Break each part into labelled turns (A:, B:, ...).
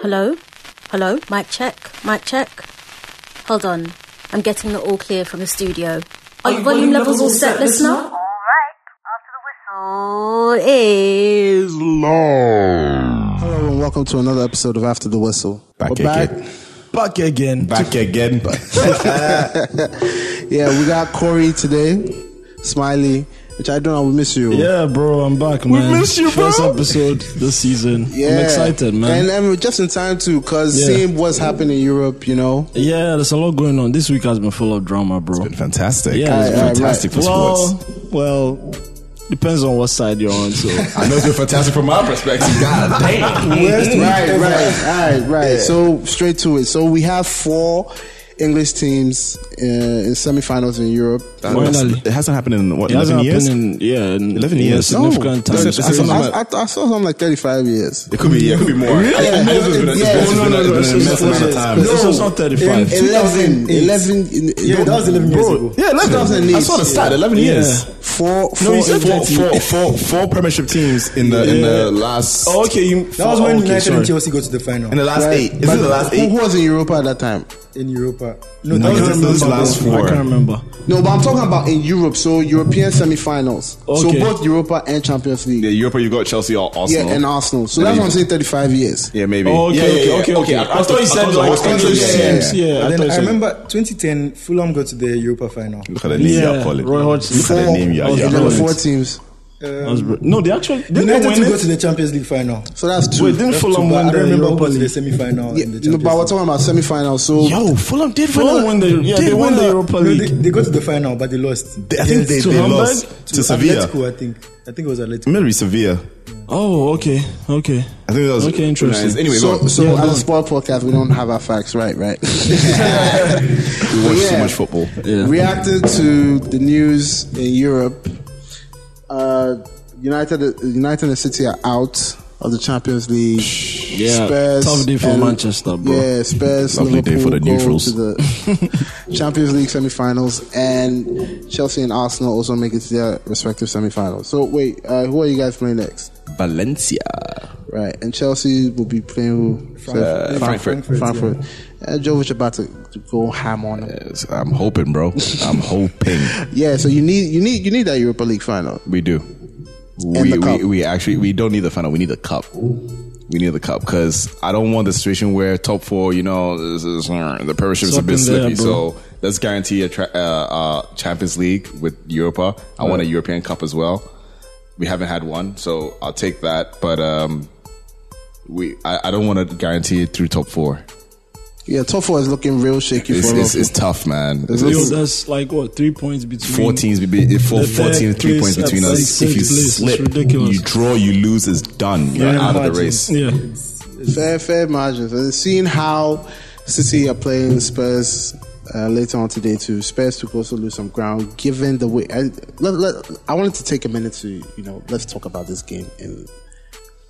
A: Hello? Hello? Mic check? Mic check? Hold on. I'm getting the all clear from the studio. Are your volume levels all set, listener? All is
B: Hello and welcome to another episode of After the Whistle.
C: Back
B: We're
C: again.
D: Back again.
C: Back again.
B: Yeah, we got Corey today, Smiley, which I don't know, we miss you.
D: Yeah, bro, I'm back, man.
B: miss you,
D: First
B: bro.
D: episode this season.
B: Yeah.
D: I'm excited,
B: And,
D: man.
B: and just in time too, because
D: Yeah.
B: seeing what's happening in Europe, you know.
D: yeah, there's a lot going on. This week has been full of drama, bro.
C: Fantastic.
D: Yeah,
C: It's
D: yeah,
C: fantastic for sports.
D: well, well, depends on what side you're on. So
C: I know it's been fantastic from my perspective. God damn.
B: right, right, right, right. So straight to it. So we have four English teams uh, in semifinals in Europe.
D: Finally.
C: It hasn't happened in what,
D: it hasn't
C: 11 years?
D: happened in yeah, in,
C: 11
D: in a
C: years. No.
D: significant
C: That's it.
D: time.
B: I,
C: That's
D: since-
C: it.
B: saw- I, I saw something like 35 years.
C: it could be, yeah, it could be more. Really? Yeah, it's been, it's
B: Yeah.
C: been,
B: No, no, no,
C: it's been an
B: it's
C: immense amount of
B: not-
C: time.
D: This was not 35.
B: 11, 11 in-
E: Yeah, that was 11 years ago.
C: Yeah, 11. I saw the stat, 11 years.
B: Four, four,
C: No, you said four,
B: England teams.
C: four, four, four premiership teams in the in the last
D: Oh, okay, you,
E: That was when
D: okay,
E: United
D: sorry.
E: and Chelsea got to the final
C: in the last
B: Right.
C: eight. Is
B: But
C: it the last
B: who,
C: eight?
B: Who was in Europa at that time?
E: in Europa. No,
C: No, this
E: that was
C: is
E: the
C: the last
E: last
C: four.
D: I can't remember.
B: No, but I'm talking about in Europe, so European semifinals. So
D: Okay.
B: both Europa and Champions League.
C: Yeah, Europa, you got Chelsea or
B: Yeah,
C: Arsenal.
B: and Arsenal. So that's what I'm saying 35 years.
C: Yeah, maybe.
D: Oh, okay,
C: yeah,
D: okay,
C: yeah, yeah.
D: okay, okay. I
C: across
D: thought
C: the-
D: you said
C: across the
D: like
C: whole country.
D: English
C: Yeah, yeah, yeah.
D: teams. Yeah, I
E: Then
D: thought you
E: I
D: said-
E: remember 2010, Fulham got to the Europa final.
C: Look at the name
D: Yeah,
C: you're calling.
D: Roy
C: Look at
D: Hodgson.
C: the
B: Four.
C: name you're
D: Oh,
C: you're
D: yeah.
B: There were
C: calling.
B: four teams.
D: No, they actually didn't they
E: United
D: win
E: to go to
D: it?
E: the Champions League final.
B: So that's two.
D: Wait, didn't
E: That's
D: Fulham
E: too bad.
D: win
E: I
D: the
E: don't remember who
D: Europa
E: was in the
D: League?
E: semi-final
B: yeah,
E: in the
B: no,
E: Champions
B: but we're
E: League.
B: talking about semifinals. So
C: Yo, Fulham did
D: Fulham won the yeah, they won the Europa
E: No,
D: League.
E: they, they got to the final, but they lost.
C: I think they,
D: to
C: they
D: Hamburg?
C: lost to, Sevilla.
E: Atletico, I think. I think it was Atletico.
C: Maybe Sevilla.
D: Oh, okay, okay.
C: I think that was
D: Okay, interesting.
C: nice. Anyway,
B: so,
C: so,
B: so
D: Yeah, go
B: as a
D: on.
B: sport podcast, we don't have our facts right, right?
C: we watch
B: yeah.
C: too much football.
D: Yeah.
B: Reacted to the news in Europe. Uh, United, United and City are out of the Champions League.
D: Yeah,
B: Spurs
D: tough day for
B: and-
D: Manchester, bro.
B: Yeah, Spurs.
C: Lovely day
B: Liverpool
C: for the
B: go
C: neutrals.
B: To the Champions League semifinals, and Chelsea and Arsenal also make it to their respective semifinals. So wait, uh, who are you guys playing next?
C: Valencia.
B: Right, and Chelsea will be playing who?
E: Frankfurt.
C: Frankfurt.
B: Frankfurt. Frankfurt. Uh, Jovic about to, to go ham on them.
C: Yes, I'm hoping, bro. I'm hoping
B: Yeah, so you need you need you need that Europa League final.
C: we do.
B: And
C: We,
B: the cup.
C: we we actually we don't need the final. We need the cup. We need the cup because I don't want the situation where top four. You know, this is, uh, the premiership is a
D: Something
C: bit slippy.
D: there, bro.
C: so let's guarantee a tra- uh, uh, Champions League with Europa. I want a European Cup as well. We haven't had one, so I'll take that. But um, we I, I don't want to guarantee it through top four.
B: Yeah, top four is looking real shaky
C: It's,
B: for
C: it's,
B: us.
C: it's tough, man. It's,
B: Yo,
D: Yo,
C: it's,
D: that's like what three points between
C: four teams be- be- four,
D: The
C: four
D: third
C: teams, three
D: place
C: points between
D: at
C: us.
D: sixth
C: If you
D: place is
C: slip,
D: ridiculous.
C: you draw, you lose, it's done. You're
E: Yeah,
C: out of the
E: imagine.
C: race.
D: Yeah,
B: fair fair margins. And seeing how City are playing Spurs uh, later on today too, Spurs took also lose some ground given the way. I, let, let- I wanted to take a minute to you know let's talk about this game in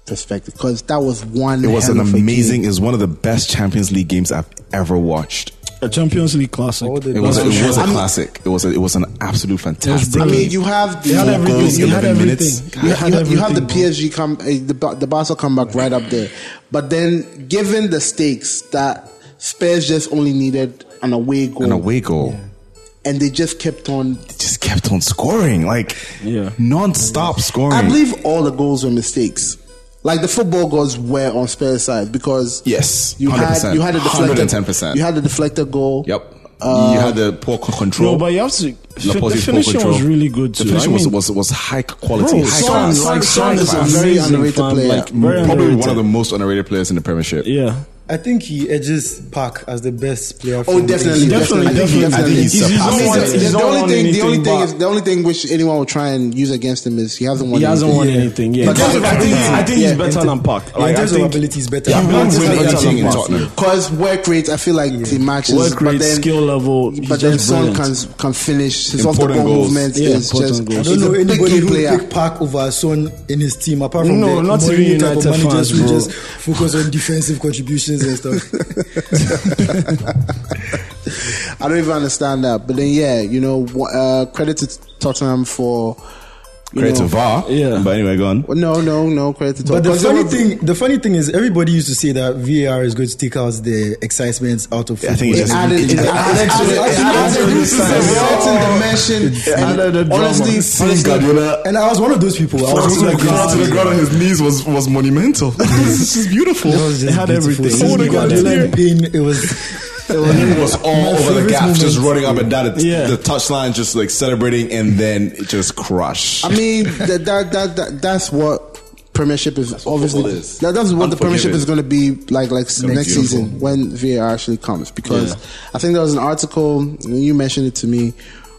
B: perspective because that was one.
C: It was
B: hell
C: an
B: of a game.
C: amazing. It was one of the best Champions League games I've ever watched.
D: a Champions League classic.
E: All the-
C: It was. It was a
B: I mean-
C: classic. It was. A, it was an absolute fantastic.
B: I
D: brilliant.
B: mean, you have the
D: They had
B: Four
D: everything.
B: goals
D: They
B: in
D: had
B: 11 minutes.
D: everything.
B: You,
D: They had
B: you- you have the
D: everything,
B: PSG come, uh, the, Ba- the Barca comeback right up there. But then, given the stakes that Spurs just only needed an away goal,
C: An away goal.
B: and they just kept on.
C: It Just kept on scoring, like
D: Yeah.
C: non-stop scoring.
B: I believe all the goals were mistakes. Like the football goals were on Spurs' side because
C: Yes,
B: you had
C: 100%,
B: you had a deflected
C: 110%.
B: you had a deflected goal.
C: Yep.
B: Uh,
C: you had the poor c- control.
D: No, but you have to.
C: Laporte's poor
D: the finishing
C: control.
D: was really good too.
C: The finishing
D: I mean,
C: was, was was high quality.
D: bro,
C: high
D: Son,
C: class.
D: like
B: Son
D: Son
B: is
D: is
B: a very
D: amazing,
B: underrated
D: fam,
B: player.
D: Like, very
C: probably
D: underrated.
C: one of the most underrated players in the Premiership.
D: Yeah,
E: I think he edges Park as the best player.
B: Oh,
E: from the
B: definitely,
E: English-
B: definitely,
D: Definitely,
B: definitely.
D: I think he- I
C: think he's
B: definitely. I
C: surpassed
B: mean,
C: himself.
B: the-
C: He's
B: the
D: not
B: only
D: won
B: thing, the only
D: anything
B: thing
D: back.
B: is, the only thing which anyone will try and use against him is he hasn't won.
D: he hasn't won
B: anything.
D: anything. Yeah,
B: But
D: I think,
B: that's-
D: I think,
B: yeah.
D: I think he's
B: Yeah.
D: better than Park.
E: Yeah, in
D: Like, I
E: terms of
D: think
E: ability, he's better.
C: Yeah,
E: Park
C: Park
E: is
C: win
E: better than
C: anything in
E: Park.
C: Tottenham.
B: Because work rate, I feel like the matches,
D: Work
B: but
D: rate,
B: then,
D: skill level, he's
B: but then
D: just
B: Son can,
D: brilliant.
B: can finish. His off the ball
C: Important goals.
B: movement
D: Yeah,
B: is just.
D: important goals.
E: I
B: he's
E: don't know
B: a big
E: anybody
B: game
E: who
B: player.
E: pick Park over Son in his team apart from
D: No,
E: the
D: not even
E: Mourinho type
D: United
E: of managers
D: fans,
E: who
D: bro.
E: just focus on defensive contributions and stuff.
B: I don't even understand that. But then, yeah, you know, wh- uh, credit to Tottenham for
C: Credit to VAR.
D: Yeah.
C: But anyway, go on.
B: Well, no, no, no credit at all.
E: But the
B: 'Cause it
E: funny
B: was-
E: thing, the funny thing is, everybody used to say that VAR is going to take out the excitement out of football.
D: I think it's just-
B: added, it added, to it. It added to this certain dimension. And honestly, seeing
C: Guardiola.
E: and I was one of those people. I was one of those people.
C: on his knees was, was monumental. this is beautiful.
E: It was just
D: It had
E: beautiful.
D: everything.
E: Seeing
D: Oh my God,
E: Guardiola
C: it's
E: in pain, it was.
C: He was all
E: My
C: over the
E: favorite
C: gaff, just
E: moment.
C: running up and down at
D: Yeah.
C: the touchline, just like celebrating, and then it just crush.
B: I mean, that, that, that, that, that's what Premiership is obviously.
C: football is.
B: That, that's what the Premiership
C: Unforgiving.
B: is going to be like, like next
C: beautiful.
B: season when VAR actually comes. Because
D: Yeah.
B: I think there was an article you mentioned it to me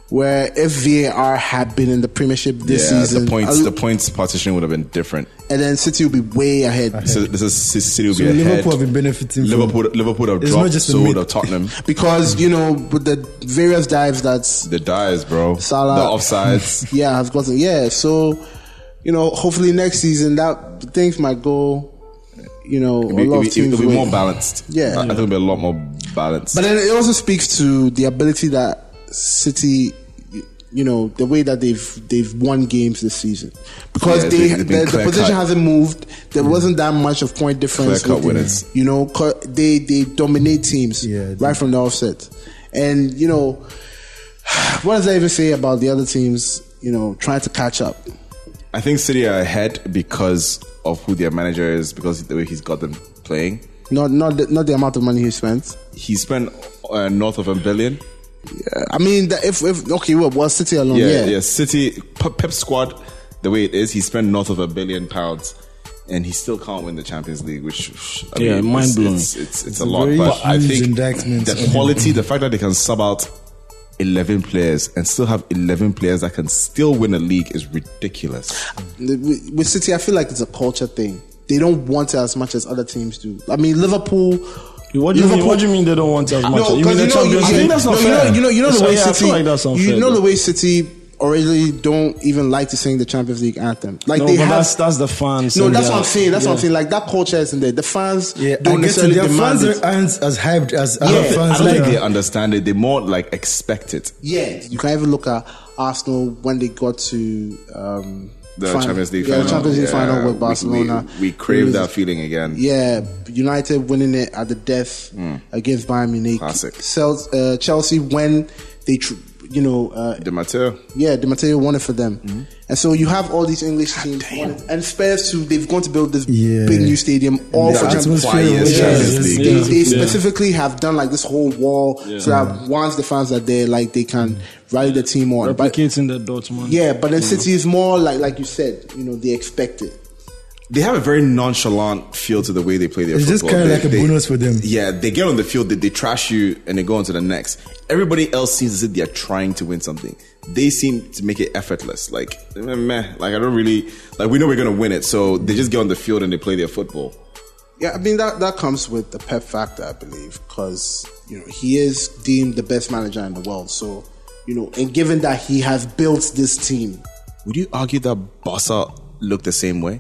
B: where if VAR had been in the Premiership this
C: yeah,
B: season,
C: the points,
B: uh,
C: the points partition would have been different.
B: and then City would be way ahead.
C: So this is City- City will
E: So
C: be ahead.
E: Liverpool have been benefiting. from-
C: Liverpool, Liverpool have
E: It's
C: dropped.
E: not just the
C: so would
E: mid-
C: have Tottenham.
B: Because you know, with the various dives that's
C: The dies, bro.
B: Salah.
C: The offsides.
B: yeah, I've gotten yeah. So, you know, hopefully next season that things might go. You know,
C: It'll be,
B: a lot
C: it'll be-
B: of teams
C: it'll be
B: will-
C: more balanced.
B: Yeah.
C: I- I think it'll be a lot more balanced.
B: But then it also speaks to the ability that City, you know, the way that they've they've won games this season because
C: Yeah,
B: they,
C: they- they've been
B: the, the
C: clear
B: position
C: cut.
B: hasn't moved. There wasn't that much of point difference.
C: Clear cut
B: within-
C: winners.
B: You know, 'cause they they dominate teams
E: Yeah, they-
B: right from the offset, and you know, what does that even say about the other teams? You know, trying to catch up.
C: I think City are ahead because of who their manager is, because of the way he's got them playing.
B: Not not the, not the amount of money he spent.
C: He spent uh, north of a billion.
B: Yeah, I mean, the- if if okay, well, well City alone,
C: Yeah, yeah.
B: Oh, yeah.
C: City Pe- Pep squad, the way it is, he spent north of a billion pounds, and he still can't win the Champions League. Which I
D: Yeah,
C: mean,
D: mind
C: it's-
D: blowing.
C: It's, it's, it's a
E: a
C: lot,
E: very
C: but I
E: huge
C: think
E: indictment
C: the
E: on
C: quality, the fact that they can sub out eleven players and still have eleven players that can still win a league is ridiculous.
B: The- with with City, I feel like it's a culture thing. They don't want it as much as other teams do. I mean, Liverpool.
D: What do you mean?
B: Liverpool-
D: What do you mean they don't want as much?
B: No,
D: mean
B: because
D: the
B: you know, you,
D: Champions
B: you-
D: League? I think that's
B: no,
D: not
B: you know,
D: fair.
B: you know, you know the
D: So,
B: way
D: yeah, I feel
B: City.
D: like that's
B: you
D: unfair,
B: know the
D: though.
B: way City originally don't even like to sing the Champions League anthem. Like
D: No,
B: they
D: but
B: have.
D: that's that's the fans.
B: no,
D: and
B: that's
D: their-
B: what I'm saying. That's what I'm
D: yeah.
B: saying. Like that culture isn't there. The fans
E: Yeah,
B: don't
E: I get it.
B: necessarily
E: Their
B: demand
E: fans
B: it.
E: aren't as hyped as
C: I
E: other
C: don't, thi- I
E: fans.
C: don't think
E: like
C: they understand it. They more like expect it.
B: Yeah, you can even look at Arsenal when they got to um,
C: The
B: final-
C: Champions League
B: yeah,
C: final.
B: the Champions League
C: Yeah,
B: final
C: we-
B: with Barcelona.
C: We, we crave
B: It was-
C: that feeling again.
B: Yeah, United winning it at the death against Bayern Munich.
C: Mm. Classic.
B: Cel- uh, Chelsea when they, tr- you know, uh,
C: De Matteo.
B: yeah, the material won it for them.
C: Mm-hmm.
B: And so you have all these English teams, won it. and Spurs too. They've gone to build this
E: Yeah.
B: big new stadium all
E: The
B: for Champions
E: atmosphere
B: League.
C: was
B: Yeah.
C: Champions
B: Yeah.
C: League.
B: They,
D: Yeah.
B: they
D: Yeah.
B: specifically have done like this whole wall so that once the fans are there, like they can rally the team on. But
D: Replicating the Dortmund.
B: yeah, but then
C: Mm-hmm.
B: City is more like like you said, you know, they expect it.
C: they have a very nonchalant feel to the way they play their
E: It's
C: football.
E: just kinda
C: They-
E: like a
C: they-
E: bonus for them.
C: Yeah, they get on the field, they, they trash you, and they go on to the next. Everybody else seems as if they're trying to win something. They seem to make it effortless. Like, eh, meh, like I don't really, like we know we're going to win it, so they just get on the field and they play their football.
B: Yeah, I mean that that comes with the Pep factor, I believe, because you know he is deemed the best manager in the world. So you know, and given that he has built this team,
C: Would you argue that Barca look the same way?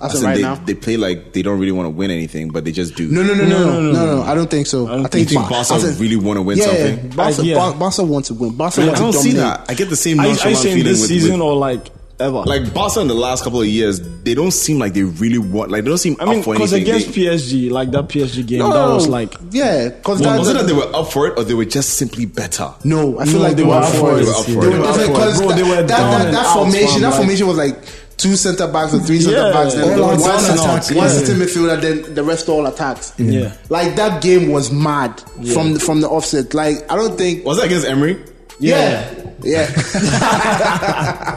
B: As
C: As
B: of
C: in
B: right
C: they,
B: now?
C: they play like they don't really want to win anything, but they just do.
B: no, no, no, no, no, no, no,
D: no,
B: I don't think so. I,
D: don't
B: think,
C: You think
B: Bar-
C: Barca
B: I think-
C: really wanna win
B: yeah,
C: something?
B: Yeah, Barca,
D: I- yeah.
B: Bar- Barca want to win. Barca
C: I
B: want to
C: don't
B: dominate.
C: see that. I get the same
D: I,
C: nonchalant
D: I saying
C: feeling
D: this
C: with-
D: season
C: with,
D: or like ever.
C: Like Barca in the last couple of years, they don't seem like they really want. Like they don't seem
D: I mean,
C: up for
D: because
C: anything.
D: against
C: They-
D: PSG, like that PSG game,
B: No,
D: that was like
B: Oh, yeah, because
C: well, was it
B: that,
C: that they were up for it, or they were just simply better?
B: no, I feel
D: No,
B: like they, were up for it.
D: They were
C: up for it. They were
D: up
B: definitely-
D: for it.
B: 'cause
D: Bro, they were
B: that,
D: down
B: that,
D: and
B: that
D: out,
B: formation,
D: man,
B: that
D: like-
B: formation was like. Two centre backs or three centre
D: Yeah.
B: backs, then
D: All
B: one,
D: out, all
B: attack,
D: out,
B: one
D: yeah.
B: centre midfielder, then the rest all attacks.
D: Yeah.
B: Like that game was mad from the, from the offset. Like I don't think.
C: Was that against Emery?
B: Yeah. Yeah.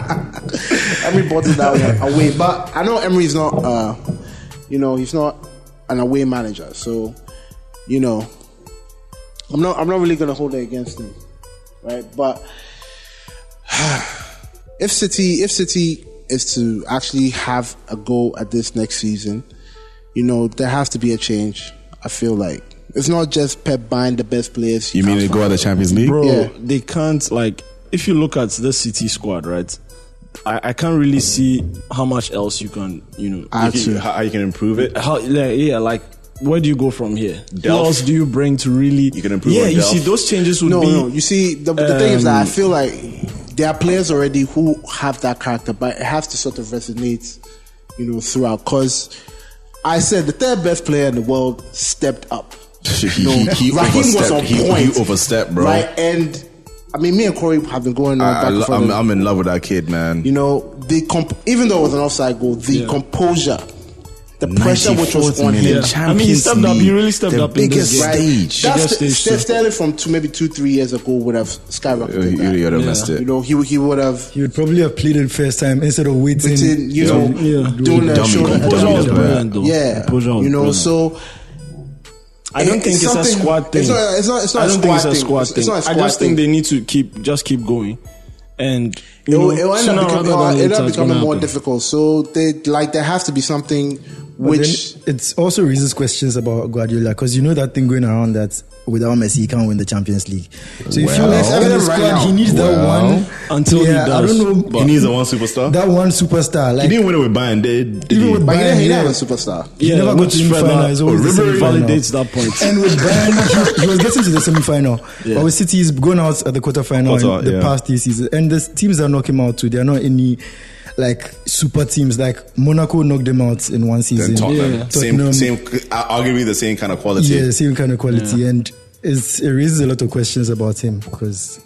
B: Emery bought it that one away, but I know Emery's not. Uh, you know, he's not an away manager, so you know, I'm not. I'm not really gonna hold it against him, right? But if City, if City is to actually have a go at this next season, you know, there has to be a change. I feel like it's not just Pep buying the best players. he can find.
C: the Champions League?
D: bro
B: Yeah.
D: they can't like if you look at the city squad right I, I can't really see how much else you can you know
B: Add to.
C: how how you can improve it?
D: how like, yeah like where do you go from here
C: Delph.
D: what else do you bring to really you
C: can improve
D: yeah
C: on
D: you
C: Delph.
D: see those changes would
B: No,
D: be
B: no. You see, the, the thing is that I
D: um,
B: feel like there are players already who have that character, but it has to sort of resonate, you know, throughout. Because I said the third best player in the world stepped up.
C: He,
B: No,
C: he
B: Raheem was
C: overstepped.
B: on
C: he,
B: point.
C: he overstepped, bro.
B: Right, and I mean, me and Corey have been going on
C: I,
B: back
C: I
B: and
C: lo-
B: forth.
C: I'm, I'm in love with that kid, man.
B: you know, the comp- even though it was an offside goal, the composure, the pressure which was
C: 94th
B: on
C: minute
B: him,
D: Yeah. I mean,
C: Champions
D: he stepped up. He
C: League,
D: really stepped
C: the
D: up in this
C: biggest
D: game.
B: right?
C: stage.
B: That's
D: Biggest
B: the,
D: stage
B: Steph
D: too.
B: Sterling from two, maybe two, three years ago would have
C: You,
B: skyrocketed.
C: you,
B: that.
C: you would have
D: Yeah.
C: missed
B: You
C: it.
B: know, he, he would have
E: He would probably have played it first time instead of waiting.
B: been, you
C: Yeah.
B: know,
D: Yeah.
B: doing a
C: Dummy
B: shoulder.
C: composure
D: Pujol was
C: Yeah.
D: brilliant, though.
B: Yeah,
D: Pujol was
B: you know,
D: brilliant.
B: so
D: I don't
B: it-
D: think it's, a
B: something-
D: squad thing.
B: It's not, it's not, it's not
D: I
B: a
D: don't
B: squad
D: think it's
B: thing.
D: a squad
B: It's-
D: thing.
B: It's not a squad
D: I just
B: thing.
D: think they need to keep just keep going, and you
B: it'll,
D: know,
B: it'll end
D: sooner
B: up becoming,
D: rather than
B: it'll end
D: later
B: up
D: it's gonna
B: becoming more
D: happen.
B: difficult. So they like there has to be something
E: But
B: which
E: then it's also raises questions about Guardiola because you know that thing going around that without Messi he can't win the Champions League. So if you
C: Well,
E: look
C: It's
E: at the
B: evident right
E: squad,
B: now.
E: he needs
C: Well,
E: that one
D: until he
E: Yeah, I
D: does.
E: don't know.
C: He needs a one superstar.
E: that one superstar. Like
F: He didn't win it with Bayern, did, did
E: Even
F: he?
E: with
B: But he didn't, he
E: Bayern,
B: didn't have a
E: yeah.
B: superstar.
E: He
D: Yeah,
E: never got
D: which
E: to the
D: further
E: final. It's always the
D: Ribery
E: semi-final.
D: validates that point.
E: And with Bayern, he, he was getting to the semi-final. But with City, he's gone out at the quarterfinal
F: Quarter,
E: in the
F: yeah.
E: past three seasons. And the teams that knock him out too, they are not any like super teams. Like Monaco knocked them out in one season.
F: Then Tottenham.
D: Yeah.
F: Same,
E: Tottenham.
F: same, uh, arguably the same kind of quality.
E: Yeah, same kind of quality, and it's, it raises a lot of questions about him because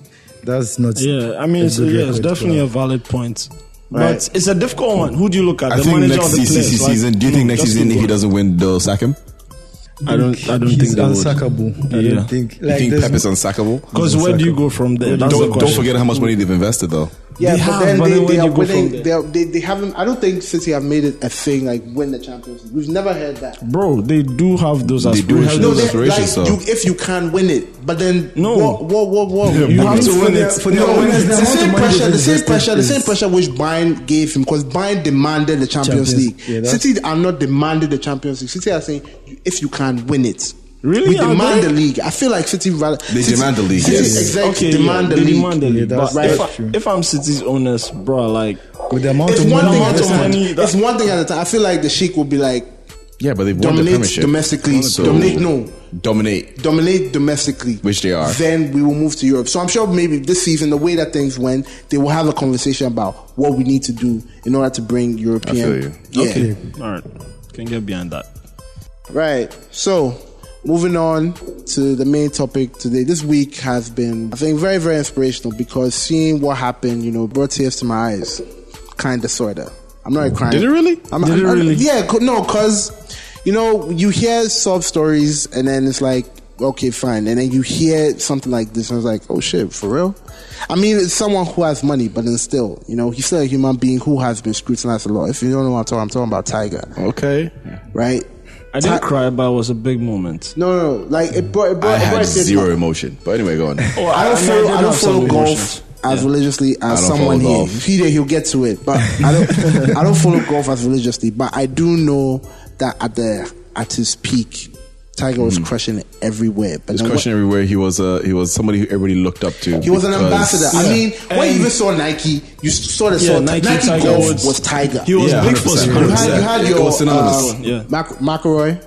E: that's not.
D: Yeah, I mean,
E: a
D: it's,
E: good
D: yeah, it's
E: record,
D: definitely a
E: but-
D: valid point.
B: Right.
D: But it's a difficult one. Who do you look at?
F: I
D: the
F: think
D: manager
F: next
D: or the
F: season,
D: players? Like,
F: season, do you think
D: no,
F: next
D: just
F: season
D: keep
F: if he
D: going.
F: doesn't win, they'll sack him?
D: I don't. I don't
E: he's
D: think they would.
E: unsackable. I
D: Yeah.
E: don't think.
F: You
E: Like,
F: think
E: there's-
F: Pep is unsackable?
D: Because where do you go from there? That's the
F: Don't, don't
D: question.
F: forget how much money they've invested, though.
B: Yeah,
D: They
B: but
D: have,
B: then
D: but
B: they,
D: then
B: they
D: where
B: are
D: do you go from
B: winning.
D: there?
B: They, are, they they haven't. I don't think City have made it a thing like win the Champions League. We've never heard that.
D: bro. They do have those
F: They do have
D: aspirations.
F: those
B: No,
F: Those
B: they,
F: aspirations,
B: like
F: so-
B: you, if you can win it, but then
D: No.
B: what what what what?
D: You have to win
E: their-
D: it.
E: for their
D: No,
E: owners,
B: the
E: the amount of
B: same
E: money
B: pressure,
E: they've
B: the same
E: invested
B: pressure, the
E: is-
B: same pressure which Bayern gave him because Bayern demanded the Champions,
E: Champions-
B: League.
E: yeah, that's-
B: City are not demanding the Champions League. City are saying you- if you can win it.
D: Really?
B: We
D: Are
B: demand
D: they?
B: the league. I feel like City rather
F: They
B: City-
F: demand the league,
B: City
F: yes.
B: exactly
D: okay,
B: demand the
D: yeah, they
B: league.
D: demand the
E: Yeah,
D: league.
E: that's-
D: but if,
E: that's
D: I,
E: true.
D: if I'm City's owners, bro, like
E: with the amount
B: It's
E: of
B: one
E: money
B: thing at a
E: invested,
D: money.
B: time. It's one thing at a time. I feel like the Sheik will be like
F: Yeah, but they've
B: won the Dominate Premiership. domestically. Dominate, no.
F: Dominate.
B: dominate domestically,
F: Which they are.
B: Then we will move to Europe. So I'm sure maybe this season, the way that things went, they will have a conversation about what we need to do in order to bring European.
F: feel you.
B: Yeah.
D: okay, all right, can get behind that.
B: Right. So, moving on to the main topic today. This week has been, I think, very, very inspirational because seeing what happened, you know, brought tears to my eyes. Kind of, sorta. I'm not crying.
D: Did it really?
B: I'm,
D: Did
B: I'm-
D: it
B: I'm-
D: really?
B: Yeah. co- No, because you know you hear sob stories and then it's like. Okay, fine. And then you hear something like this, and it's like, oh shit, for real? I mean, it's someone who has money, but then still, you know, he's still a human being who has been scrutinized a lot. If you don't know what I'm talking, I'm talking about Tiger,
F: Okay.
B: right?
D: I didn't
B: Ti-
D: cry, but it was a big moment.
B: no, no, no. Like it brought, it brought,
F: I
B: it brought
F: had
B: it to-
F: zero emotion. But anyway, go on.
D: Oh,
B: I don't
D: mean,
B: follow.
D: did
B: I, don't
D: have some
B: follow
D: emotions.
B: golf as religiously as
F: don't
B: someone
F: follow
B: here.
F: golf.
B: He there, he'll get to it. But I don't. I don't follow golf as religiously. But I do know that at the at his peak, Tiger was crushing it everywhere. But
F: His
B: then
F: question
B: what-
F: everywhere. He was a he was somebody who everybody looked up to.
B: He was an
F: because-
B: ambassador. I
D: Yeah.
B: mean, when you
D: And-
B: even saw Nike, you saw the
D: Yeah,
B: saw Nike,
D: Nike, Tiger
B: golf
D: Woods.
B: was Tiger.
D: He was
F: Yeah,
D: big for
F: 100%.
B: you had, you
D: Spurs.
B: had
F: It
B: your
F: was synonymous.
B: uh,
D: Yeah.
B: Mac- McElroy.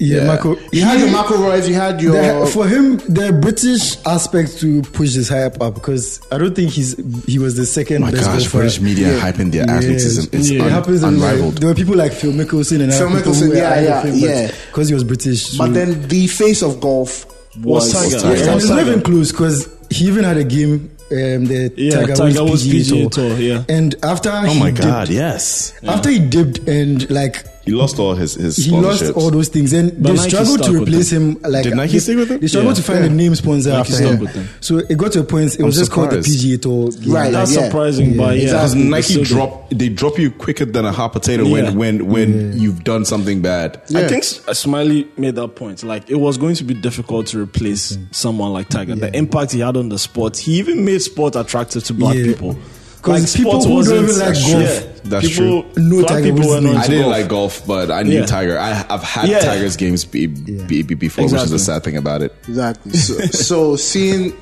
E: yeah,
F: Yeah.
E: Marco.
B: You had your McElroys. You had your
E: The- for him, the British aspect to push his hype up because I don't think he's he was the second
F: Oh My
E: best
F: gosh,
E: golfer.
F: British media hyping their athleticism is
E: It
F: un-
E: happens everywhere.
F: unrivaled.
E: There were people like Phil Mickelson and
B: Phil Mickelson, yeah, yeah, yeah.
E: because he was British. so-
B: But then the face of golf was,
D: Was Tiger.
B: was Tiger.
E: Yeah, and it's not
D: Tiger.
E: even close because he even had a game, um, the
D: Yeah,
E: Tiger,
D: Tiger Woods
E: Woods PGA,
D: PGA
E: tour.
D: Tour, yeah.
E: and after
F: Oh
E: he
F: my
E: dipped-
F: god! Yes,
E: after he dipped and like
F: he lost all his his
E: he lost
F: sponsorships.
E: all those things, and
D: But
E: they
D: Nike
E: struggled
D: stuck
E: to
D: with
E: replace him. Like
F: Did Nike
E: they-
F: stick with him?
E: They struggled
F: Yeah.
E: to find a name sponsor
D: Nike
E: after
D: stuck
E: him.
D: with him.
E: So it got to a point it was just called the
F: surprised.
E: PGA Tour,
B: Right.
D: That's
B: Yeah.
D: surprising, but yeah,
F: because
D: it's
F: Nike
D: still-
F: drop they drop you quicker than a hot potato
D: Yeah.
F: when when when you've done something bad.
D: I think S- uh, Smiley made that point. Like it was going to be difficult to replace
E: Mm-hmm.
D: someone like Tiger. The impact he had on the sport, he even made sport attractive to black
E: Yeah.
D: people.
E: 'Cause people
D: sport
E: who don't
D: wasn't-
E: even like
D: That's
E: golf,
D: true.
F: that's
D: people,
F: true.
E: No
D: black
E: Tiger
D: people
E: Woods
D: were not
E: name.
F: I
D: into
F: didn't
D: golf.
F: like golf, but I knew
D: Yeah.
F: Tiger. I, I've had
D: Yeah.
F: Tiger's games be, be, be before, which is
D: Exactly.
F: the sad thing about it.
B: Exactly. So, so seeing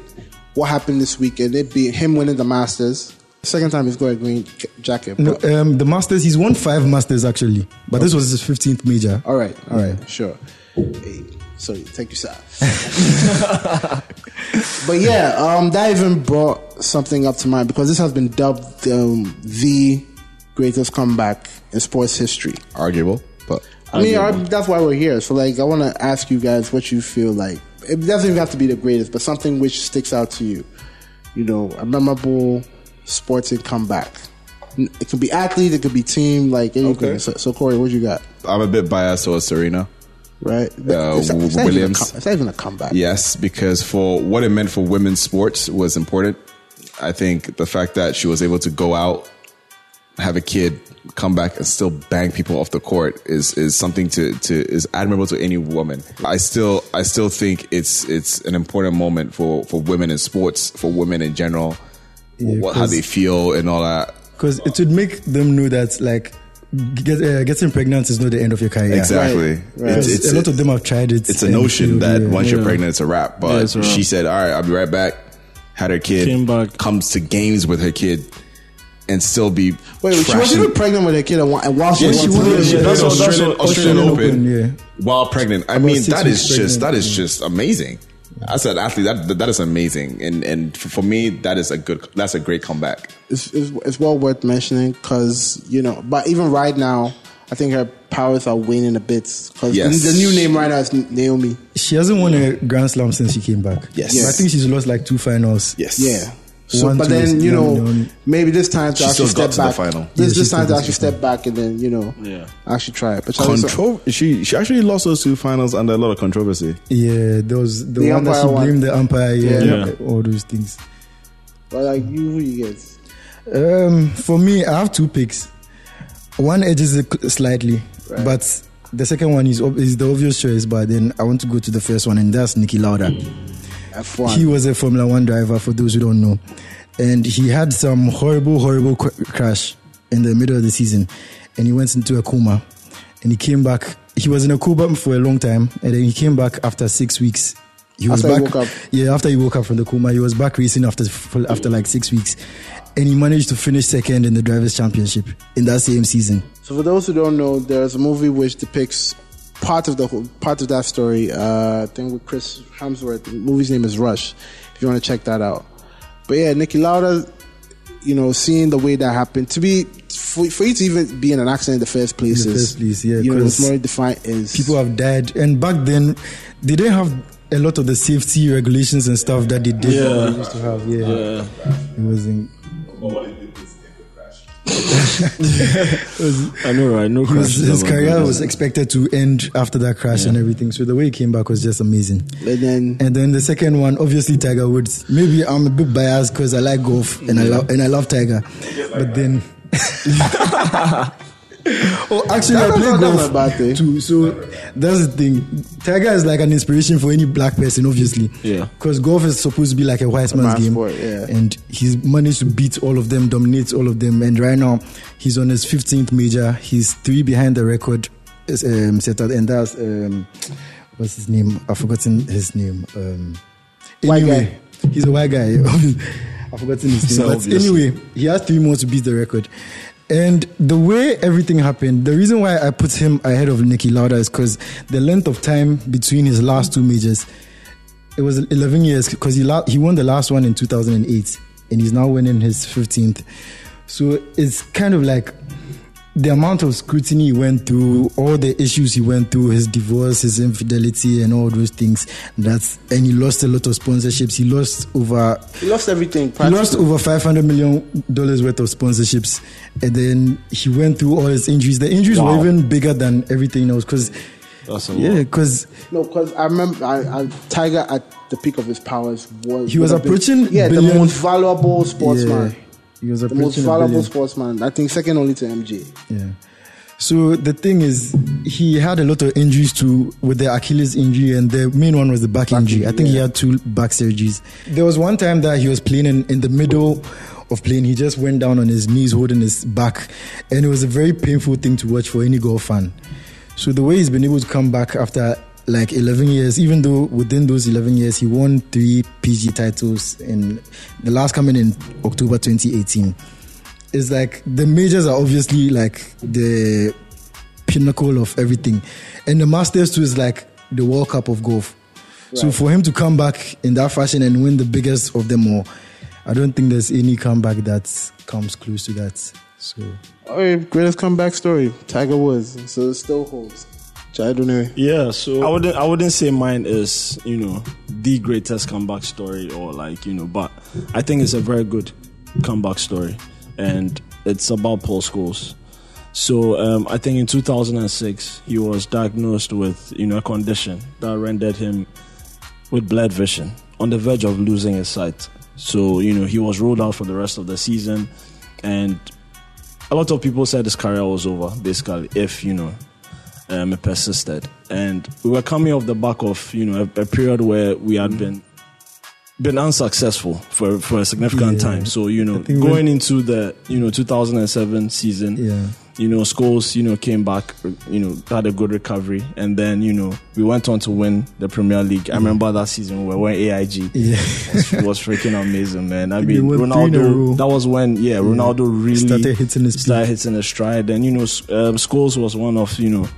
B: what happened this weekend, it be him winning the Masters. Second time he's got a green ca- jacket.
E: No,
B: but-
E: um, the Masters. He's won five Masters actually, but this was his fifteenth major.
B: all right, all right,
E: Yeah.
B: sure. Hey, sorry, thank you, sir. But yeah, um, that even brought something up to mind because this has been dubbed um, the greatest comeback in sports history.
F: Arguable, but
B: I mean, I, that's why we're here. So, like, I want to ask you guys what you feel like. It doesn't even have to be the greatest, but something which sticks out to you. You know, a memorable sporting comeback. N- It could be athlete, it could be team, like anything.
F: Okay.
B: So, so, Corey, what you got?
F: I'm a bit biased towards Serena.
B: Right?
F: Uh,
B: it's, it's not even a
F: Williams.
B: com- it's not even a comeback.
F: Yes, because for what it meant for women's sports was important. I think the fact that she was able to go out, have a kid, come back and still bang people off the court is is something to, to is admirable to any woman. I still I still think it's it's an important moment for, for women in sports, for women in general, what, how
E: 'cause-
F: they feel and all that.
E: Because it would make them know that like get, uh, getting pregnant is not the end of your career.
F: Exactly.
B: right.
F: It's,
E: Because
F: it's,
E: a lot of them have tried it.
F: it's a
E: and
F: notion
E: failed,
F: that
E: yeah.
F: once you're
D: Yeah.
F: pregnant, it's a wrap.
D: Yeah,
F: But
D: it's a wrap.
F: she said, "All right, I'll be right back." Had her kid,
D: Came back.
F: comes to games with her kid, and still be
B: Wait, she wasn't even
F: trashing-
B: pregnant with a kid, and wa- and while she
F: Yeah,
B: was
F: she
B: on
F: was.
B: television.
F: Yeah, that's
D: That's what-
F: Australian,
D: that's what-
F: Australian
E: Australian
F: Open,
E: Open,
F: while pregnant. I mean,
E: six
F: that
E: weeks
F: is just
E: pregnant,
F: that is
E: yeah.
F: just amazing. As an athlete, that that- that is amazing, and and for me, that is a good. That's a great comeback.
B: it's, it's, it's well worth mentioning because you know. But even right now, I think her powers are waning a bit because
F: Yes.
B: the new name right now is Naomi.
E: She hasn't won a Grand Slam since she came back.
F: Yes.
E: I think she's lost like two finals.
F: Yes,
B: Yeah. So,
E: One,
B: but
E: two is
B: then you know,
E: Naomi, Naomi.
B: maybe this time to
F: She
B: actually
F: still got
B: step back.
F: to the final.
B: This
E: Yeah, she
B: this time to
E: still got
B: actually
E: to the
B: step back and then you know,
D: Yeah.
B: actually try it. But Charlie, so-
F: Contro- she she actually lost those two finals under a lot of controversy.
E: Yeah, those the,
B: The
E: one that she
B: umpire one.
E: blamed the umpire. Yeah,
D: Yeah.
E: all those things.
B: but like you, who you guys?
E: Um, for me, I have two picks. One edges it cl- slightly, but the second one is ob- is the obvious choice. But then I want to go to the first one, and that's Nicky Lauda.
B: F
E: He
B: one.
E: was a Formula One driver, for those who don't know, and he had some horrible, horrible cr- crash in the middle of the season, and he went into a coma, and he came back. He was in a coma for a long time, and then he came back after six weeks. He was
B: After he
E: back.
B: woke up.
E: Yeah, after he woke up from the coma, he was back racing after for- after like six weeks, and he managed to finish second in the drivers' championship in that same season.
B: So for those who don't know, there's a movie which depicts part of the whole, part of that story. Uh, I think with Chris Hemsworth. The movie's name is Rush. If you want to check that out. But yeah, Nikki Lauda, you know, seeing the way that happened to be for, for you to even be in an accident in the first place
E: In the
B: is
E: first place, yeah,
B: you know, it's
E: 'cause
B: more defined is
E: people have died and back then they didn't have a lot of the safety regulations and stuff that they did
D: Yeah.
E: they used to have yeah, it wasn't
D: I know, right? No
E: his,
D: crashes.
E: his
D: ever.
E: career was expected to end after that crash and everything so the way he came back was just amazing
B: and then
E: and then the second one obviously tiger woods maybe i'm a bit biased because i like golf and i love and i love tiger but then Oh, actually, I
B: That's
E: play
B: not- that's
E: golf
B: not a bad thing.
E: too. So that's the thing. Tiger is like an inspiration for any black person, obviously.
D: Yeah.
E: Because golf is supposed to be like a white man's
B: man's
E: game.
B: sport, yeah.
E: And he's managed to beat all of them, dominate all of them. And right now, he's on his 15th major. He's three behind the record is, um, set out. And that's, um, what's his name? I've forgotten his name. Um,
B: White
E: anyway, he's a white guy. I've forgotten his name.
D: So
E: but
D: obvious.
E: anyway, he has three more to beat the record. And the way everything happened, the reason why I put him ahead of Nicky Lauda is because the length of time between his last two majors, it was 11 years because he, la- he won the last one in 2008 and he's now winning his 15th. So it's kind of like the amount of scrutiny he went through, all the issues he went through, his divorce, his infidelity, and all those things. That's and he lost a lot of sponsorships. He lost over
B: he lost everything.
E: he lost
B: practically.
E: over five hundred million dollars worth of sponsorships, and then he went through all his injuries. The injuries
D: Wow.
E: were even bigger than everything else because.
D: That's a lot.
E: Yeah, because
B: No, because I remember I, I, Tiger at the peak of his powers was
E: He was
B: would have been-
E: approaching
B: yeah the
E: billion-
B: most valuable sportsman.
E: he was
B: The most
E: approaching a
B: valuable
E: billion.
B: sportsman. I think second only to MJ.
E: Yeah. So the thing is, he had a lot of injuries too, with the Achilles injury, and the main one was the back, injury. I think he had two back surgeries. There was one time that he was playing, and in the middle of playing, he just went down on his knees, holding his back, and it was a very painful thing to watch for any golf fan. So the way he's been able to come back after like 11 years, even though within those 11 years he won three PG titles, in the last coming in October 2018 it's like the majors are obviously like the pinnacle of everything, and the Masters too is like the World Cup of golf. So for him to come back in that fashion and win the biggest of them all, I don't think there's any comeback that comes close to that. So
B: All right, greatest comeback story, Tiger Woods. So it still holds. Which I don't know.
D: Yeah, so I wouldn't I wouldn't say mine is, you know, the greatest comeback story or like, you know, but I think it's a very good comeback story and it's about Paul Scholes. So um, I think in 2006 he was diagnosed with, you know, a condition that rendered him with blurred vision on the verge of losing his sight. So, you know, he was ruled out for the rest of the season and a lot of people said his career was over basically if, you know, um, it persisted. And we were coming off the back of you know a, a period where we
E: Mm-hmm.
D: had been been unsuccessful for for a significant
E: Yeah.
D: time. So you know
E: I think
D: going
E: when-
D: into the you know 2007 season,
E: Yeah.
D: you know Scholes you know came back, you know had a good recovery, and then you know we went on to win the Premier League. I remember that season where we went AIG.
E: Mm. yeah,
D: It was freaking amazing, man. I
E: They
D: mean,
E: won three in a row.
D: Ronaldo. That was when, yeah, Ronaldo really
E: Started hitting his
D: started hitting his stride, and you know, S- um, Scholes was one of you know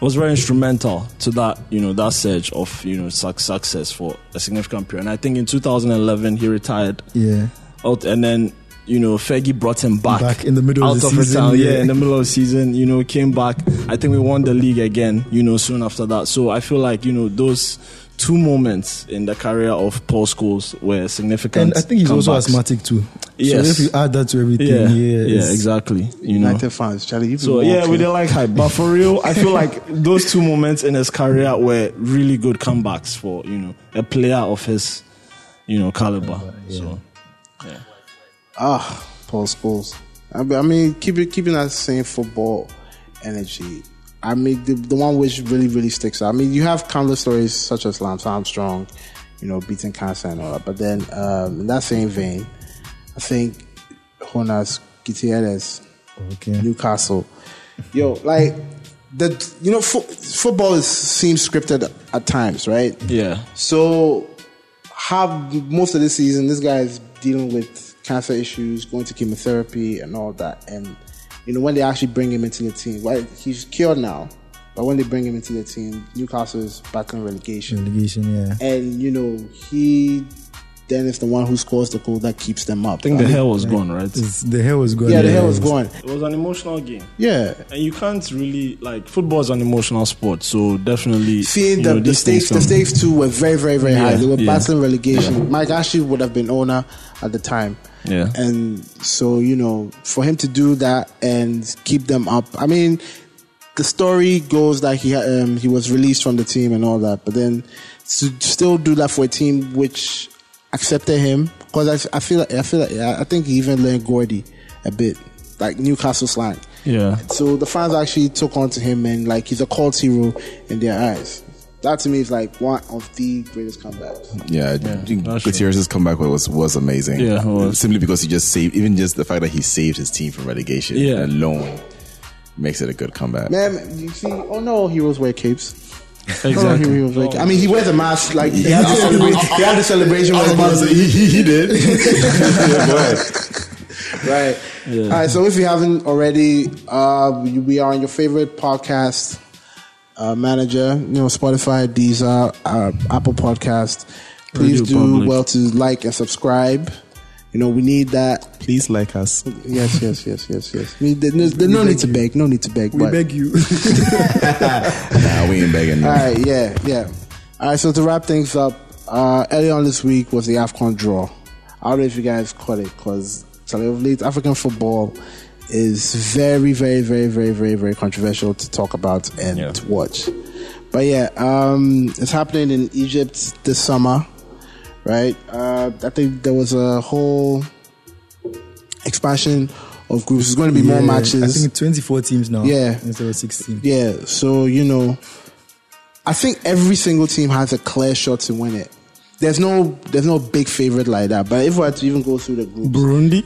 D: was very instrumental to that you know that surge of you know suc success for a significant period. And I think in 2011 he retired
E: yeah.
D: out, and then you know Fergie brought him back,
E: Back in the middle of
D: out
E: the
D: of
E: season,
D: retirement,
E: yeah.
D: yeah, in the middle of the season. You know, came back. I think we won the league again. You know, soon after that. So I feel like you know those two moments in the career of Paul Scholes were significant.
E: And I think he's also
D: comebacks.
E: asthmatic too.
D: Yes.
E: So if you add that to everything,
D: Yeah,
E: yeah,
D: yeah,
E: it's-
D: exactly. You know,
B: United fans, Charlie. You
D: so yeah, we didn't like hype, but for real, I feel like those two moments in his career were really good comebacks for you know a player of his you know caliber. So
B: Ah, Paul Scholes. I mean, I mean keep it, keeping that same football energy. I mean, the, the one which really, really sticks out. I mean, you have countless stories such as Lance Armstrong, you know, beating cancer and all that. But then, um, in that same vein, I think Jonas Gutierrez,
E: Okay.
B: Newcastle. Yo, like, the, you know, fo- football is, seems scripted at times, right?
D: yeah,
B: So, have most of this season, this guy is dealing with cancer issues, going to chemotherapy, and all that. And you know, when they actually bring him into the team, right? He's cured now, but when they bring him into the team, Newcastle is battling relegation,
E: Relegation, yeah.
B: and you know, he then is the one who scores the goal that keeps them up.
D: I think
B: I
D: the
B: mean,
D: hair was gone, right? It
E: It's- the hair was going.
B: yeah, the hell is going.
D: was an emotional game.
B: Yeah,
D: And you can't really like football is an emotional sport, so definitely
B: seeing
D: you
B: the,
D: know,
B: the
D: these things
B: stakes the
D: come-
B: stakes too were very very very high
D: Yeah,
B: they were
D: yeah.
B: battling relegation mike ashley would have been owner at the time
D: Yeah.
B: and so you know for him to do that and keep them up i mean the story goes that he had- um, he was released from the team and all that but then to still do that for a team which accepted him because I, I feel like i feel like i think he even learned gordy a bit like newcastle slang
D: Yeah,
B: so the fans actually took on to him, and like he's a cult hero in their eyes. That to me is like one of the greatest comebacks.
F: Yeah,
D: that's
F: Gutierrez's comeback was was amazing.
D: Yeah, it was.
F: simply because he just saved, even just the fact that he saved his team from relegation
D: Yeah.
F: alone makes it a good comeback.
B: Man, you see, oh no, heroes wear capes. Oh, no,
D: exactly.
B: heroes wear capes. I mean, he wears a mask. Like he had the celebration. He had the celebration with
F: about to
B: his
F: say, he, he, he did. Yeah, but-
B: mask. Right. All right. So if you haven't already, uh, you- we are on your favorite podcast uh, manager. You know, Spotify, Deezer, uh, Apple Podcast. Please
D: Radio
B: do
D: Public.
B: well to like and subscribe. You know, we need that.
F: Please like us.
B: Yes, yes, yes, yes, yes. We, there- there's, there's no need to beg. No need to beg.
E: We
B: but-
E: beg you.
F: Nah, we ain't begging. you.
B: All right, yeah, yeah. All right, so to wrap things up, uh, earlier on this week was the AFCON draw. I don't know if you guys caught it because African football is very, very, very, very, very, very controversial to talk about and
D: Yeah.
B: to watch. But yeah, um, it's happening in Egypt this summer, right? Uh, I think there was a whole expansion of groups. There's going to be more
E: Yeah,
B: matches.
E: I think 24 teams now.
B: Yeah.
E: Instead of 16.
B: Yeah, so you know, I think every single team has a clear shot to win it. There's no there's no big favorite like that. But if we had to even go through the group,
D: Burundi.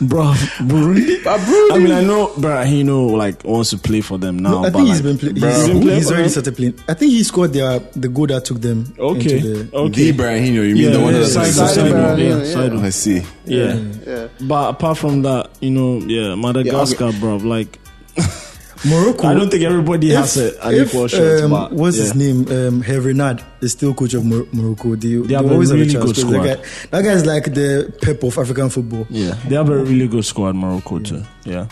D: bro, Burundi. I mean, I know Brahino like wants to play for them now.
E: I
D: but
E: think he's
D: like,
E: been, play- Um, he's,
D: He's been playing
E: he's
D: for
E: already
D: them?
E: started playing. I think he scored their, the goal that took them.
D: Okay, Oh.
E: Into the,
D: okay.
F: The Brahino, you mean the one
D: yeah,
F: that's
D: side-
B: Saido,
D: side-
B: Brahino,
D: yeah,
B: yeah.
D: side-
F: I see.
D: yeah. But apart from that, you know, yeah, Madagascar, bro, like
E: Morocco.
D: I don't think everybody has a, an
E: if,
D: equal shot.
E: um,
D: but,
E: what's his
D: yeah.
E: name? Um, Hernard is still coach of Mor- Morocco. They, they
D: have a
E: always
D: really
E: chance
D: good
E: because
D: squad.
E: That, guy, that guy is like the pep of African football.
D: Yeah, they have a really good squad, Morocco too. Yeah,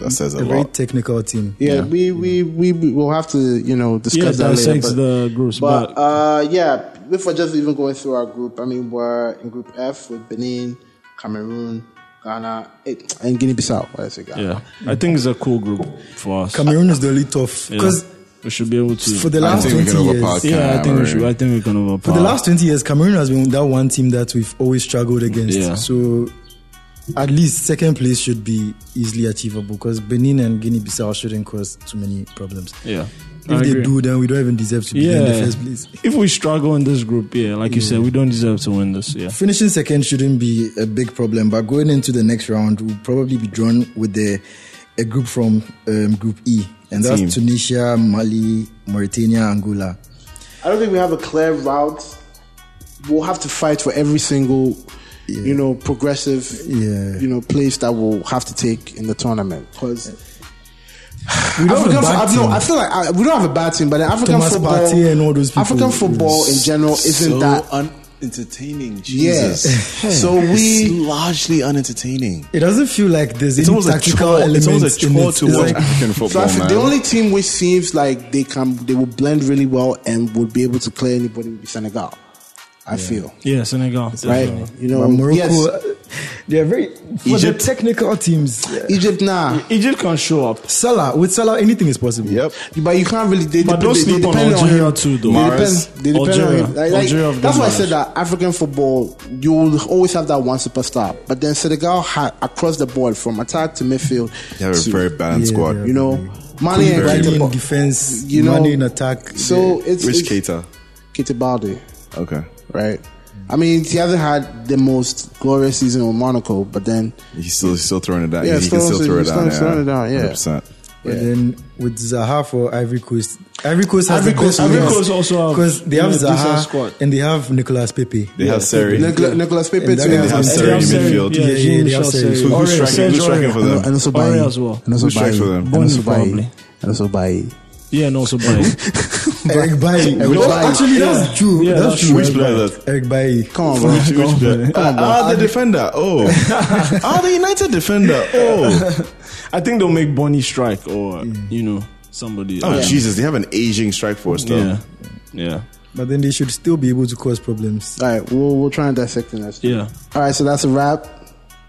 F: That says a
E: A very
F: lot.
E: technical team.
B: Yeah, We, we we we will have to you know
D: yeah,
B: discuss that
D: that
B: later.
D: six the groups,
B: But,
D: but,
B: uh, yeah, if we're just even going through our group, I mean, we're in Group F with Benin, Cameroon, Ghana, eh, and Guinea-Bissau. Why did I say Ghana?
D: yeah, I think it's a cool group for us.
E: Cameroon is the only tough
D: Yeah.
E: because
D: we should be able to.
E: for the last
F: think we can
E: twenty
F: overpower
E: years,
D: yeah, I think we should.
F: Cameroon.
D: I think we can overpower.
E: for the last twenty years, Cameroon has been that one team that we've always struggled against.
D: Yeah.
E: So at least second place should be easily achievable because Benin and Guinea-Bissau shouldn't cause too many problems.
D: yeah,
E: If they do, then we don't even deserve to be in the
D: Yeah.
E: first place.
D: if we struggle in this group, yeah, like you said, we don't deserve to win this. Yeah,
E: Finishing second shouldn't be a big problem, but going into the next round, we'll probably be drawn with the a group from um, Group E, and that's
F: Team.
E: Tunisia, Mali, Mauritania, Angola.
B: I don't think we have a clear route. We'll have to fight for every single, you know, progressive,
E: Yeah.
B: you know, place that we'll have to take in the tournament. Because
E: We don't
B: African,
E: have a bad
B: I, no,
E: team.
B: I feel like I, we don't have a bad team, but the African
E: Thomas
B: football,
E: Partey and all those people.
B: African football in general isn't
F: so
B: that.
F: unentertaining.
B: Yeah.
F: Jesus.
B: so
F: It's
B: we
F: largely unentertaining.
E: it doesn't feel like there's
F: It's
E: any
F: almost a
E: tactical
F: chore. It's almost
E: elements
F: a
E: in
F: chore
E: it.
F: to
E: It's
F: watch
E: like-
F: African
B: So
F: football,
B: I said
F: man.
B: the only team which seems like they can they will blend really well and would be able to clear anybody would be Senegal. I feel
D: yeah, Senegal,
B: right.
D: definitely.
B: You know,
E: but Morocco,
B: Um, yes,
E: uh, they are very for
B: Egypt-
E: the technical teams. yeah.
B: Egypt nah,
D: Egypt can show up.
E: Salah with Salah, anything is possible.
F: Yep.
B: but you can't really. They, dep-
D: But don't
B: they,
D: sleep
B: they
D: on
B: depend
D: Algeria
B: him.
D: too,
B: They
D: though. Maris,
B: depend, they depend
D: Algeria.
B: on him. Like- like,
D: Algeria of
B: that's
D: them
B: why I
D: Maris.
B: said that African football, you will always have that one superstar. But then Senegal had across the board from attack to midfield.
F: They have
B: to,
F: a very balanced
E: Yeah,
F: squad.
E: yeah.
B: you know, Mali and
E: Mali in
B: Ghana,
E: defense,
B: you know,
E: Mali in attack.
B: So it's
F: Which
B: it's-
F: Keita?
B: Keita Balde.
F: Okay.
B: right? I mean, he hasn't had the most glorious season with Monaco, but then
F: He's still he's still throwing it down.
B: Yeah,
F: he
B: still-
F: can still throw it
B: he's
F: down.
B: still throwing it down, yeah.
F: 100%.
E: But then with Zaha for Ivory Coast, Ivory Coast has
B: Ivory
E: the
B: Coast-
E: best
B: Ivory
D: Coast also have,
E: because they
D: you
E: have
D: know, decent
E: Zaha
D: squad.
E: and they have Nicolas Pepe.
F: They have Seri.
B: Nic- Nicolas Pepe
E: And
B: too.
E: then they have
B: And
F: Seri
B: then-
F: in midfield.
D: Yeah,
E: Yeah, yeah,
D: Jean
E: they
D: Michel
E: have
D: Seri.
E: Seri. Who-
F: who's
D: Aurier,
F: striking-
D: Serge
F: who's striking
D: Aurier.
F: for them?
B: And also Bailly.
D: Aurier as well.
B: And also
F: Who strikes
B: Bailly.
F: for them?
B: And also
D: Boni,
B: Bailly.
D: probably.
B: And also Bailly.
D: Yeah, and also Bayern.
E: Eric Bailly.
B: Eric
E: No,
B: Bailly.
E: Actually,
D: Yeah.
E: that's true.
D: Yeah, that's
E: that's true.
D: true.
F: Which player is that?
E: Eric Bailly.
B: Come on, bro.
F: Which player? Ah, the defender. Oh. ah, the United defender. Oh.
D: I think they'll make Bonnie strike or you know somebody.
F: Oh,
D: Yeah.
F: Jesus. They have an aging strike force, though.
D: Yeah, yeah,
E: But then they should still be able to cause problems.
B: All right, we'll we'll try and dissect the next.
D: yeah.
B: All right, so that's a wrap.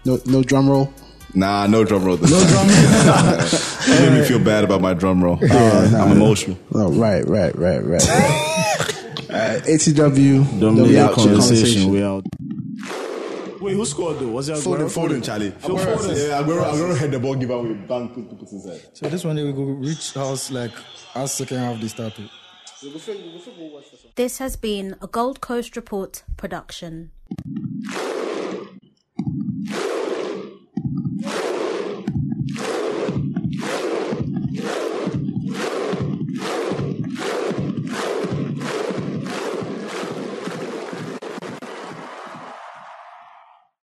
B: No no drum roll.
F: Nah, no drum roll this time. you made me feel bad about my drum roll. Uh, I'm emotional.
B: Oh, right, right, right, right. right. Uh, ATW
D: Dominate
B: W
D: the
B: Action
D: conversation. We out. Wait, who scored though? Was it Aguero?
F: Foden, Charlie. Yeah, Aguero, Aguero had the ball giveaway. Bang, put, put, put inside.
E: So this one, they will go reach house like us second half they started.
A: This has been a Gold Coast Report production.